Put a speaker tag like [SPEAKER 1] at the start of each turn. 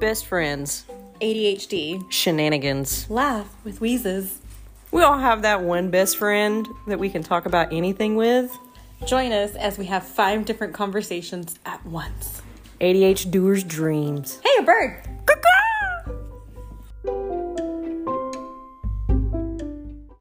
[SPEAKER 1] Best friends,
[SPEAKER 2] ADHD.
[SPEAKER 1] shenanigans.
[SPEAKER 2] Laugh with wheezes.
[SPEAKER 1] We all have that one best friend that we can talk about anything with.
[SPEAKER 2] Join us as we have five different conversations at once.
[SPEAKER 1] ADH doers dreams.
[SPEAKER 2] Hey, a bird!